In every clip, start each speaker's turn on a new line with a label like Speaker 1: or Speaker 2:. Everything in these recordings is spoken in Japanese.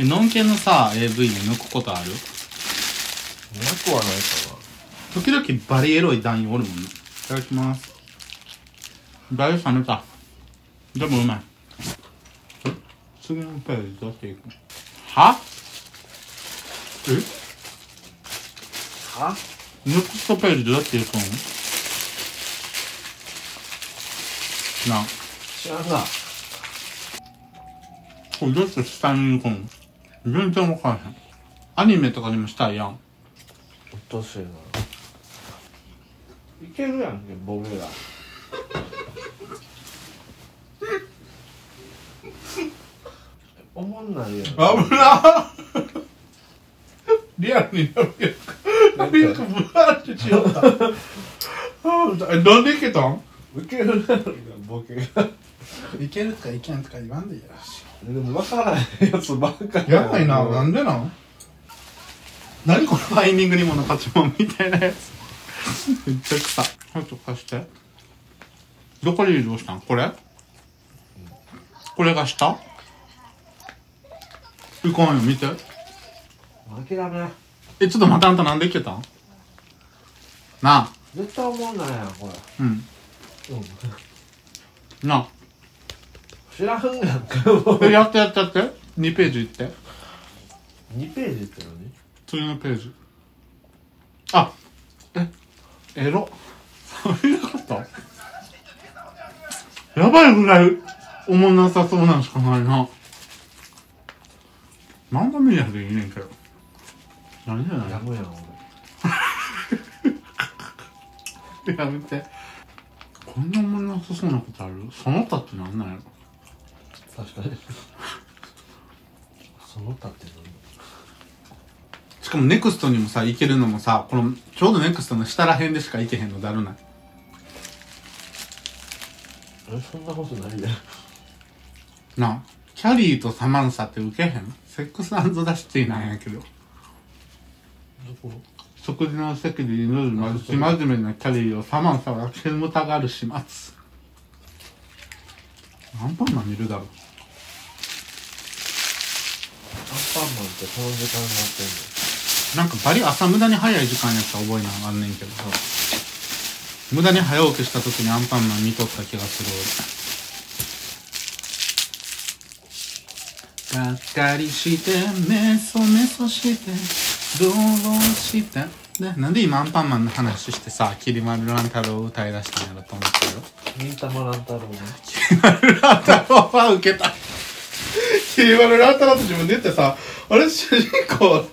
Speaker 1: ノンケのさ AV も抜くことある
Speaker 2: 200はないか
Speaker 1: 時々バリエロい男優おるもんねいただきますだいぶ冷めたでもうまい次のページ出していくはえ
Speaker 2: なは
Speaker 1: ネクストページどうやっていくのな
Speaker 2: 知らんな
Speaker 1: これどうして下に行くの全然わからへんアニメとかにもしたいやん
Speaker 2: うっとうしいな。いけるやんけ、僕ら。おもんないやん。
Speaker 1: 危なリアルになるやんか。リンクブワーってしよった。あなんでいけたん
Speaker 2: いけるやんけ、ボケが。
Speaker 1: いけるとかいけんとか言わんでいいらし
Speaker 2: でも分からへんやつばっかり
Speaker 1: やばいな、
Speaker 2: もう
Speaker 1: なんでなん何このファインディングにもの勝ちもんみたいなやつ。めっちゃ臭い。ちょっと貸して。どこで移動したんこれこれが下いかんよ、見て。
Speaker 2: 諦め。
Speaker 1: え、ちょっとまたあんたなんでいけたんなあ。
Speaker 2: 絶対おもんないやん、こ
Speaker 1: うん。
Speaker 2: れ。うん。
Speaker 1: なあ。
Speaker 2: 知らんやんか、もう。
Speaker 1: え、やってやってやって。2ページいって。
Speaker 2: 2ページって何
Speaker 1: 次のページ。あえ、エロ。そういうことやばいぐらい、おもんなさそうなんしかないな。漫画見りゃでいいねんけど。何じゃない
Speaker 2: やむやん、
Speaker 1: やめて。こんなおもんなさそうなことあるその他ってなんなんやろ
Speaker 2: 俺。確かに。その他って
Speaker 1: しかもネクストにもさ行けるのもさこのちょうどネクストの下らへんでしか行けへんのだるない
Speaker 2: 何え、そんなことないやん。
Speaker 1: なあキャリーとサマンサって受けへんセックスダシティなんやけど
Speaker 2: どこ
Speaker 1: 食事の席で祈るまじ真面目なキャリーをサマンサは煙たがる始末アンパンマン見るだろ
Speaker 2: アンパンマンってこの時間になってんの
Speaker 1: なんかバリ朝無駄に早い時間やった覚えなあんねんけどさ無駄に早起きした時にアンパンマン見とった気がする俺がっかりしてメソメソしてどうしてねなんで今アンパンマンの話してさ「きり丸乱太郎」を歌い出したんやろと思ったよ
Speaker 2: 忍たま乱太郎ね
Speaker 1: きり丸乱太郎は受けたきり丸乱太郎って自分で言ってさあれ主人公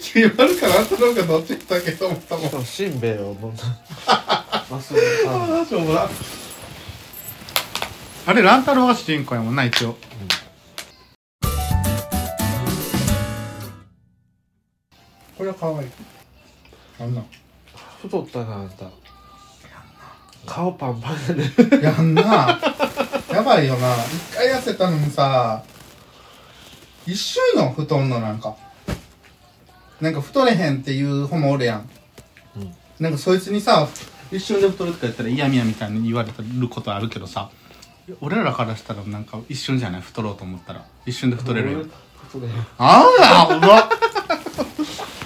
Speaker 1: きり丸か乱太郎かどっちだっけと思ったもん
Speaker 2: しかもしんべヱを飲んだ忘れた
Speaker 1: あーしょうもなあれ乱太郎が主人公やもんな一応、これは可愛いあんな
Speaker 2: 太ったなあんた顔パンパンやね
Speaker 1: やんなやばいよな一回痩せたのにさ一周の布団のなんかなんか太れへんっていう方もおるやん、
Speaker 2: うん
Speaker 1: なんかそいつにさ一瞬で太るとか言ったら嫌みやみたいに言われることあるけどさ俺らからしたらなんか一瞬じゃない太ろうと思ったら一瞬で太れるやん
Speaker 2: 太れる
Speaker 1: あらうまっ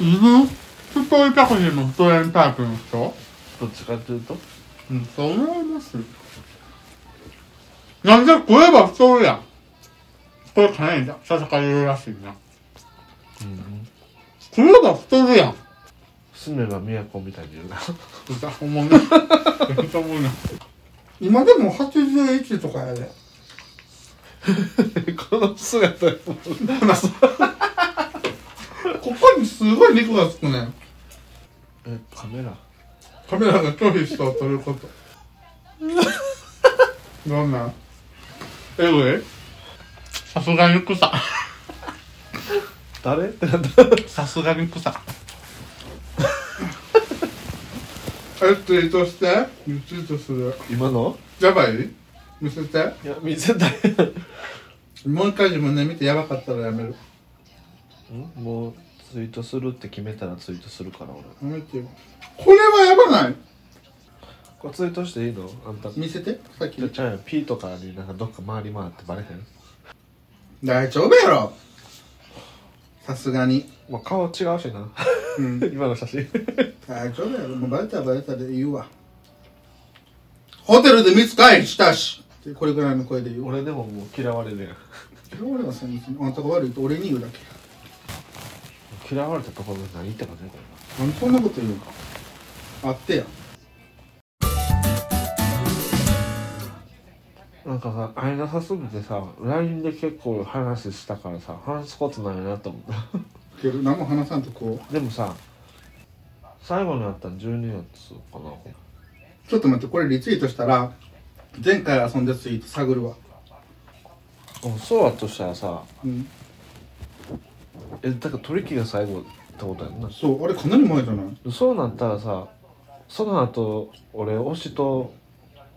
Speaker 1: うん太いたくの太れんタイプの人
Speaker 2: どっちかっていうと
Speaker 1: うん、そう思います。なんじゃ食えば太るやん。これかないじゃん。ささか言うらしいな。
Speaker 2: うん
Speaker 1: 食えば太るやん。
Speaker 2: 住めば都みたいに言うな
Speaker 1: うざおもんな。めっちゃおもんな。 今でも81とかやで。
Speaker 2: この姿
Speaker 1: ここにすごい肉がつくねん。
Speaker 2: えカメラ
Speaker 1: カメラが拒否したを撮る こと。どんなんえぐいさすがに草。
Speaker 2: 誰 ってなった
Speaker 1: さすがに草えツイートしてリツイートする
Speaker 2: 今の
Speaker 1: やばい見せて
Speaker 2: いや見せたい
Speaker 1: もう一回自分で見てやばかったらやめる
Speaker 2: んもうツイートするって決めたらツイートするから俺
Speaker 1: やめてよこれはやばない
Speaker 2: これツイートしていいのあんた
Speaker 1: 見せてさっき
Speaker 2: じゃちゃうやん P とかになんかどっか回り回ってバレへん
Speaker 1: 大丈夫やろさすがに
Speaker 2: まあ、顔違うしな
Speaker 1: うん
Speaker 2: 今の写真
Speaker 1: 大丈夫やろもうバレたらバレたで言うわホテルで見つかりしたしってこれぐらいの声で言う俺
Speaker 2: 俺でももう嫌われるやん
Speaker 1: 俺はそんなあんたが悪いと俺に言うだけ
Speaker 2: 嫌われたところで何言ったかねこれ
Speaker 1: なんでそんなこと言うのあってや
Speaker 2: なんかさ、会えなさすぎてさ、LINE で結構話したからさ、話すことないなと思った。
Speaker 1: けど何も話さんとこ
Speaker 2: でもさ、最後に会ったの12月かな。
Speaker 1: うちょっと待ってこれリツイートしたら前回遊んだツイート探るわ
Speaker 2: うんそうだとしたらさ、
Speaker 1: うん
Speaker 2: え、だから取引が最後ってことやんな。
Speaker 1: そうあれかなり前じゃない
Speaker 2: そうなったらさ、その後、俺、推しと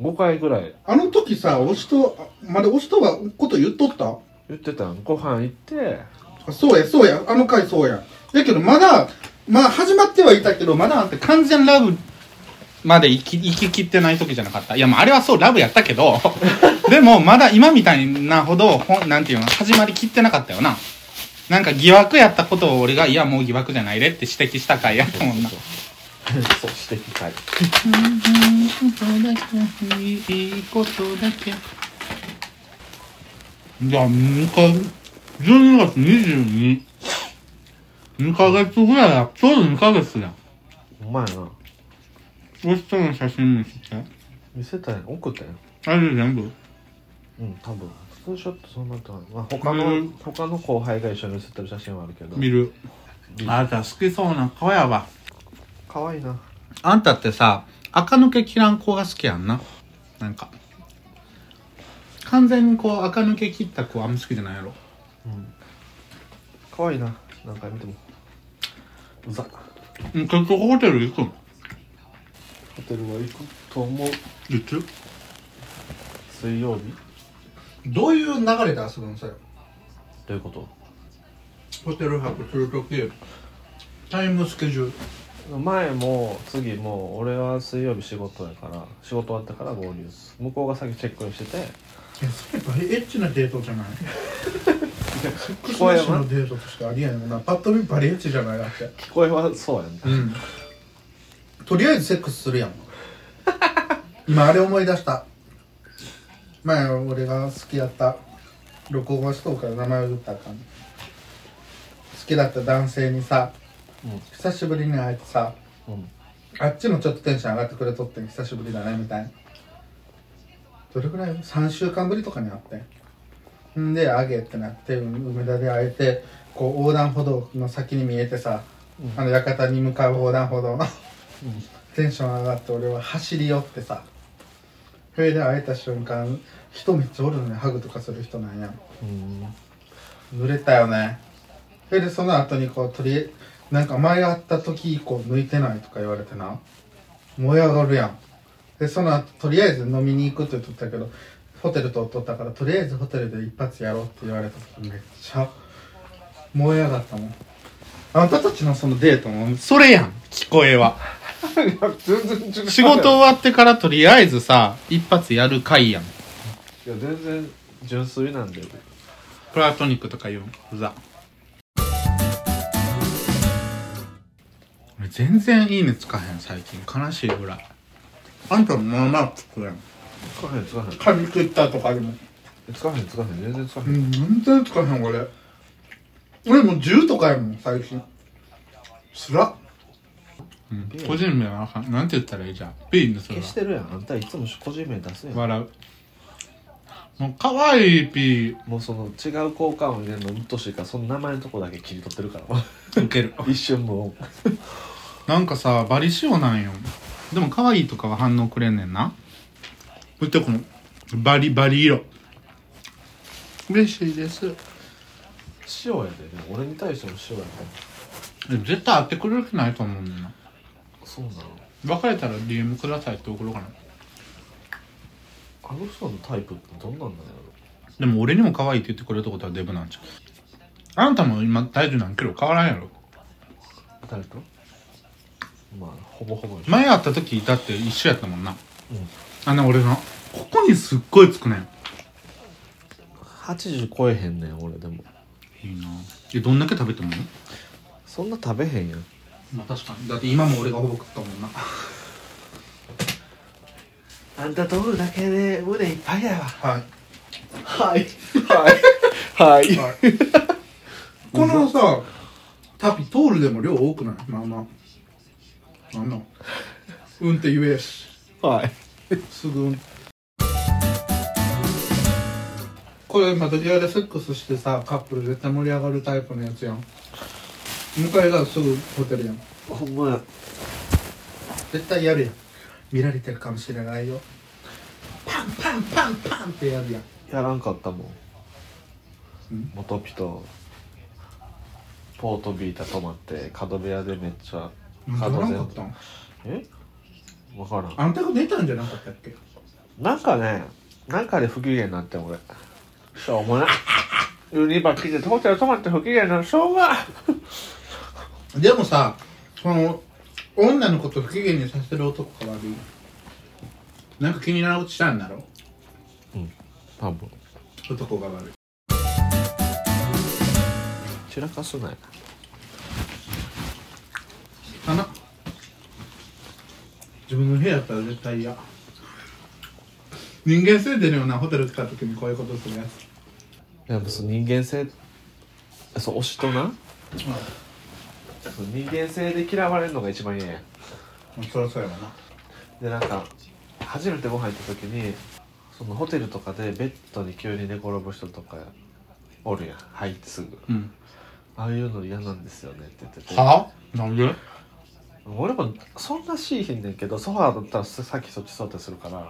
Speaker 2: 5回ぐらい
Speaker 1: あの時さ推しとあまだ推しとはこと言っとった
Speaker 2: 言ってたん。ご飯行って、
Speaker 1: あそうや、そうや、あの回そうや。だけどまだ、まあ始まってはいたけど、まだあんた完全ラブまで行き、行ききってない時じゃなかった。いや、まああれはそう、ラブやったけど、 でもまだ今みたいなほど、ほんなんていうの、始まりきってなかったよな。なんか疑惑やったことを俺が、いや、もう疑惑じゃないでって指摘した回やったもんな。
Speaker 2: そうしてきたい。
Speaker 1: いいことだけ。じゃあ、2か、12月22、2ヶ月ぐらいや、ちょうど2ヶ月や。
Speaker 2: お前な、
Speaker 1: そしたら写真見せて。
Speaker 2: 見せたやん。送ったやん。
Speaker 1: あれ全部
Speaker 2: うん、多分。スクショットそんなとは、まあ、他の、
Speaker 1: うん
Speaker 2: 他の後輩が一緒に写ってる写真はあるけど。
Speaker 1: 見る。あなた好きそうな顔やわ。
Speaker 2: 可愛いな。
Speaker 1: あんたってさ、垢抜け切らん子が好きやんな。なんか。完全にこう、垢抜け切った子あんま好きじゃないやろ。
Speaker 2: 可愛いな。何回見ても。うざ。ホ
Speaker 1: うん、結局ホテル行くの
Speaker 2: テルは行くと思う。
Speaker 1: いつ
Speaker 2: 水曜日
Speaker 1: どういう流れで遊ぶのさよ
Speaker 2: どういうこと
Speaker 1: ホテル泊するときタイムスケジュール
Speaker 2: 前も次も俺は水曜日仕事やから仕事終わったから合流す向こうが先チェックインしてて
Speaker 1: えそれやっぱエッチなデートじゃないセックス
Speaker 2: こえ
Speaker 1: な
Speaker 2: は
Speaker 1: しのデートとしてありえんもんなパッと見バリエッチじゃないだって
Speaker 2: 聞こえはそうやん
Speaker 1: うんとりあえずセックスするやん今あれ思い出した前俺が好きやった録音はしとうから名前を言ったらあかん好きだった男性にさ、
Speaker 2: うん
Speaker 1: 久しぶりに会えてさ
Speaker 2: うん
Speaker 1: あっちもちょっとテンション上がってくれとってん久しぶりだねみたいなどれぐらい3週間ぶりとかに会ってんんであげってなって梅田で会えてこう横断歩道の先に見えてさ、あの館に向かう横断歩道のテンション上がって俺は走り寄ってさそれで会えた瞬間人めっちゃおるのにハグとかする人なんや
Speaker 2: うん
Speaker 1: 濡れたよねそれでその後にこうとりあえなんか前会った時以降抜いてないとか言われてな燃え上がるやんでその後とりあえず飲みに行くって言っとったけどホテルとっとったからとりあえずホテルで一発やろうって言われた時めっちゃ燃え上がったもんあんたたちのそのデートもそれやん聞こえは
Speaker 2: 全然違う
Speaker 1: 仕事終わってからとりあえずさ一発やる会やん
Speaker 2: いや全然純粋なんで
Speaker 1: プラトニックとか言うんうざ俺全然いいねつかへん最近悲しいぐらいあんたもまあまあつくやん
Speaker 2: つかへんつかへん
Speaker 1: 髪切ったとかでも
Speaker 2: つかへんつかへん全然つかへ
Speaker 1: うんん全然つかへん俺俺もう10とかやもん最近つらうん、個人名はあかんなんて言ったらいいじゃんピーにする
Speaker 2: 消
Speaker 1: わ
Speaker 2: してるやんあんたいつも個人名出すやん
Speaker 1: 笑うもう可愛いピー
Speaker 2: もうその違う効果音入れるのうっとしいからその名前のとこだけ切り取ってるから
Speaker 1: ウケる
Speaker 2: 一瞬も
Speaker 1: なんかさ、バリ塩なんよ。でも可愛いとかは反応くれんねんな。見てこの、バリバリ色。嬉しいです。
Speaker 2: 塩やで、ね、俺に対しても塩やで
Speaker 1: 絶対会ってくれる気ないと思うねんな。
Speaker 2: そうなの
Speaker 1: 別れたら DM くださいって送ろうかな。
Speaker 2: あの人のタイプってどんなんなんや
Speaker 1: でも俺にも可愛いって言ってくれたことはデブなんちゃう。あんたも今体重何キロ変わらんやろ。
Speaker 2: ろ誰とまあほぼほぼ一緒
Speaker 1: 前会った時だって一緒やったもんな。
Speaker 2: うん
Speaker 1: あの俺の、ここにすっごいつくねん。
Speaker 2: 80超えへんねん俺でも
Speaker 1: いいなえどんだけ食べてもいい
Speaker 2: そんな食べへんやん
Speaker 1: まあ確かにだって今も俺がほぼ食ったもんな
Speaker 2: あんたとるだけで胸いっぱいやわ
Speaker 1: はい
Speaker 2: はいはいはい
Speaker 1: はい、このさ旅通るでも量多くないまあまああの運って言えやし
Speaker 2: はい
Speaker 1: すぐ運これまたリアルセックスしてさカップル絶対盛り上がるタイプのやつやん迎えがすぐホテルやん
Speaker 2: ほんまや
Speaker 1: 絶対やるやん見られてるかもしれないよパンパンパンパンってやるやん
Speaker 2: やらんかったもん
Speaker 1: うん
Speaker 2: 元ピとポートビータ泊まって角部屋でめっちゃ
Speaker 1: なん
Speaker 2: 角
Speaker 1: かな
Speaker 2: 全
Speaker 1: かっ
Speaker 2: 部
Speaker 1: たん
Speaker 2: え分からん
Speaker 1: あんたが出たんじゃなかったっけ
Speaker 2: なんかね、なんかで不機嫌になってん俺。しょうもない。ユニバ来て、ホテル泊まって不機嫌なの、しょうもない。
Speaker 1: でもさその女の子と不機嫌にさせる男が悪いなんか気になることしたんだろ
Speaker 2: 多分。
Speaker 1: 男が悪い
Speaker 2: 散らかすなよ。
Speaker 1: かな自分の部屋やったら絶対嫌人間性出るようなホテル来た時にこういうことするやつ
Speaker 2: いや、その人間性、そう、推しとな。その人間性で嫌われるのが一番嫌や。
Speaker 1: まあそりゃそうやわな
Speaker 2: で、なんか、初めてご飯行った時に、そのホテルとかでベッドに急に寝転ぶ人とかおるやん。入ってすぐ。
Speaker 1: うん
Speaker 2: ああいうの嫌なんですよねって言ってて。
Speaker 1: はあなんで
Speaker 2: 俺もそんなしいひんねんけどソファーだったらさっきそっち座ったりするから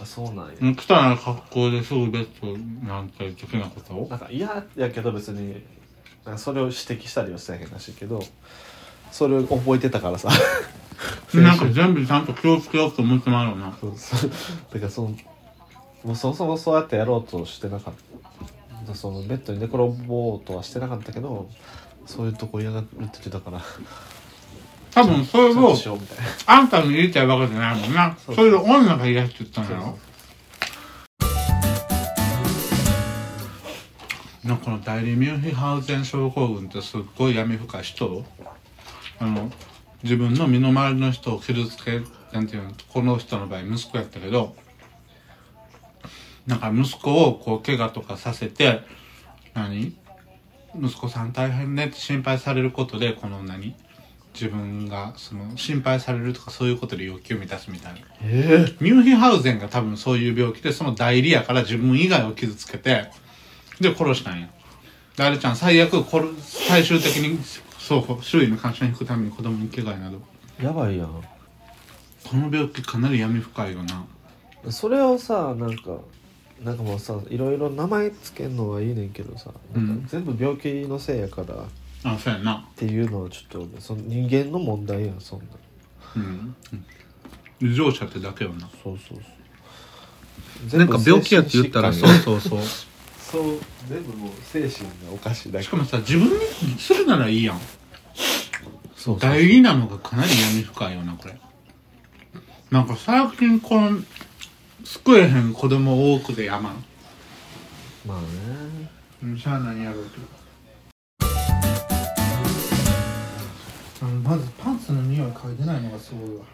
Speaker 2: あそうなんや、
Speaker 1: 来たら格好ですぐベッドなんて的なことを
Speaker 2: なんか嫌やけど別になんかそれを指摘したりはしてへんらしいけどそれを覚えてたからさ
Speaker 1: なんか全部ちゃんと気をつけようと思ってもらうな
Speaker 2: そうそうだからそのもうそもそもそうやってやろうとしてなかったそのベッドに寝転ぼうとはしてなかったけどそういうとこ嫌がるって言ってたから
Speaker 1: 多分それ
Speaker 2: そう
Speaker 1: を
Speaker 2: しようみたいな
Speaker 1: あんたに言いたいわけじゃないもんな。
Speaker 2: そう
Speaker 1: それで女が嫌って言ったんだ
Speaker 2: そう
Speaker 1: ろなんかこの代理ミュンヒハウゼン症候群ってすっごい闇深い人をあの自分の身の回りの人を傷つけるなんていうのこの人の場合息子やったけどなんか息子をこう怪我とかさせて何息子さん大変ねって心配されることでこの何自分がその心配されるとかそういうことで欲求を満たすみたいな
Speaker 2: ええ
Speaker 1: ミュンヒハウゼンが多分そういう病気でその代理やから自分以外を傷つけてで殺したんやであれちゃん最悪殺最終的にそう周囲の関心を引くために子供に危害など
Speaker 2: やばいやん
Speaker 1: この病気かなり闇深いよな
Speaker 2: それをさなんかなんかもうさいろいろ名前つけるのはいいねんけどさ、なん
Speaker 1: うん
Speaker 2: か全部病気のせいやからっ
Speaker 1: あそうやな
Speaker 2: ていうのはちょっとその人間の問題やんそんな
Speaker 1: うん異常者ってだけよな
Speaker 2: そうそうそう
Speaker 1: なんか病気やって言ったら
Speaker 2: 全
Speaker 1: そ
Speaker 2: 部
Speaker 1: うそう
Speaker 2: 精神疾患
Speaker 1: そう
Speaker 2: そう全部もう精神がおかしいだけ
Speaker 1: しかもさ自分にするならいいやん
Speaker 2: そうそう
Speaker 1: 代理なのがかなり闇深いよなこれなんか最近この救えへん子供多くでやまん
Speaker 2: まあね
Speaker 1: うんしゃあないやろうけどまずパンツの匂い嗅いでないのがすごい わ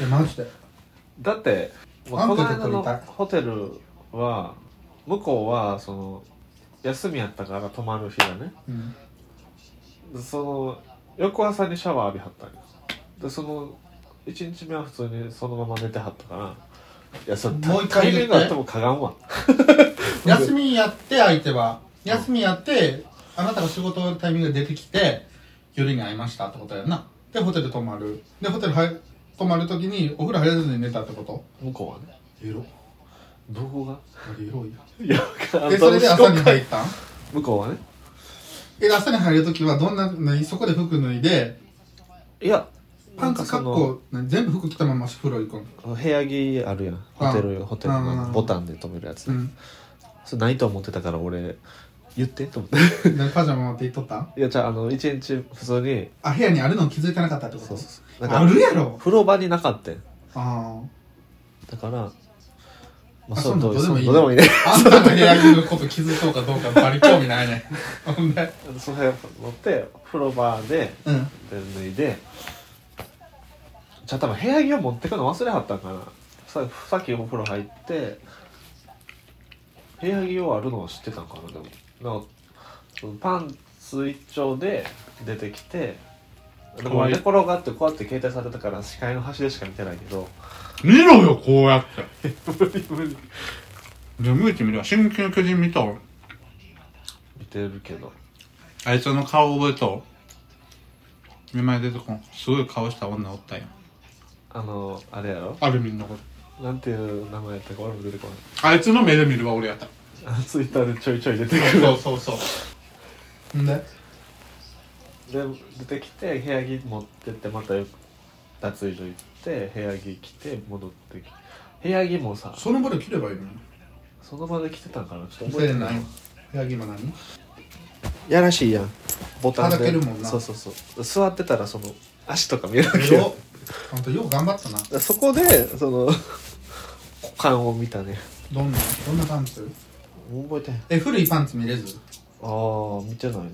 Speaker 1: いやマジで
Speaker 2: だって、ま
Speaker 1: ア
Speaker 2: あ、こ
Speaker 1: ンケ
Speaker 2: の
Speaker 1: ー
Speaker 2: 間
Speaker 1: ト取り
Speaker 2: の
Speaker 1: たい
Speaker 2: ホテルは向こうはその休みやったから泊まる日がね
Speaker 1: うん
Speaker 2: その翌朝にシャワー浴びはったんよでその1日目は普通にそのまま寝てはったからいやそれ
Speaker 1: もう一回
Speaker 2: タイミングあってもかがんわ
Speaker 3: 休みやって相手は休みやってあなたが仕事のタイミングで出てきて夜に会いましたってことやんなでホテル泊まるでホテル入泊まるときにお風呂入らずに寝たってこと
Speaker 2: 向こうはね
Speaker 3: エロ
Speaker 2: どこが
Speaker 3: あれエロいや
Speaker 2: いやわ
Speaker 3: でそれで朝に入ったん
Speaker 2: 向こうはね
Speaker 3: え朝に入るときはどんな何そこで服脱いで
Speaker 2: いや
Speaker 3: パン
Speaker 2: な
Speaker 3: ツ
Speaker 2: んか
Speaker 3: かっ
Speaker 2: その
Speaker 3: こ何全部服着たまま風呂行くん
Speaker 2: 部屋着あるやんホテルホテル
Speaker 3: う
Speaker 2: の
Speaker 3: ん
Speaker 2: ボタンで止めるやつ、
Speaker 3: うん
Speaker 2: それないと思ってたから俺言ってと思っ
Speaker 3: でパジャマ持って行っとったん
Speaker 2: ていやじゃああの1日普通に
Speaker 3: あ部屋にあるの気づいてなかったってこ
Speaker 2: そう
Speaker 3: と
Speaker 2: そうそう
Speaker 3: あ
Speaker 2: なんか
Speaker 3: るやろ
Speaker 2: 風呂場になかったん
Speaker 3: あ
Speaker 2: だからま
Speaker 1: あ
Speaker 2: あ、それどう
Speaker 1: そんなんどうでもいい
Speaker 2: そうどうでもいいね
Speaker 1: あんたの部屋着のこと気づこうかどうかバリ興味ないね。ほんで。
Speaker 2: その辺乗って風呂場で
Speaker 1: うん。
Speaker 2: で脱いでじゃあ多分部屋着を持ってくの忘れはったんかなささっきお風呂入って部屋着をあるのを知ってたんかなでもなんかそのパンツ一丁で出てきてで
Speaker 4: かわ
Speaker 2: も
Speaker 4: いい
Speaker 2: 寝転がってこうやって携帯されたから視界の端でしか見てないけど
Speaker 4: 見ろよ、こうやって。
Speaker 2: 無理無理
Speaker 4: じゃあ、見てみるわ。新旧巨人見た
Speaker 2: 見てるけど
Speaker 4: あいつの顔覚えとう名前出てこん。すごい顔した女おったやん。
Speaker 2: あのあれやろ
Speaker 4: アルミンのこと。
Speaker 2: なんていう名前やったか俺も出てこない
Speaker 4: あいつの目で見るわ、俺やった。
Speaker 2: あのツイッターでちょいちょい出てくる
Speaker 1: そうそうそう。んで
Speaker 2: で出てきて部屋着持ってってまた脱衣所行って部屋着着て戻ってき部屋着もさ
Speaker 1: その場で切ればいいのに。
Speaker 2: その場で着てたんかなちょっと
Speaker 1: せ
Speaker 2: 覚え
Speaker 1: え
Speaker 2: て
Speaker 1: な
Speaker 2: ないい。
Speaker 1: 部屋着も何
Speaker 2: やらしいやんボタンで
Speaker 1: はだけるもんな
Speaker 2: そうそうそう座ってたらその足とか見えるわけ
Speaker 1: よ
Speaker 2: よ
Speaker 1: っ。ほんとよう頑張ったな。
Speaker 2: そこでその股間を見たね
Speaker 1: どんな、どんなパンツ
Speaker 2: 覚えてへんあ
Speaker 1: え、古いパンツ見れず
Speaker 2: あ見てないな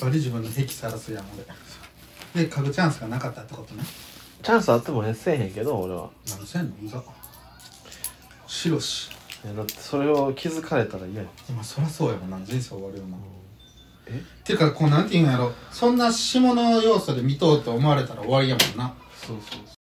Speaker 1: バリ自分の癖さらすやん、俺。で、嗅ぐチャンスがなかったってことね。
Speaker 2: チャンスあってもねせえへんけど俺は
Speaker 1: 何せんのうざ。しろし。
Speaker 2: いやだってそれを気づかれたら嫌や
Speaker 1: 今そりゃそうやもんな。人生終わるよな。
Speaker 2: え
Speaker 1: ていうかこうなんていうんやろそんな下の要素で見とうと思われたら終わりやもんな
Speaker 2: そうそう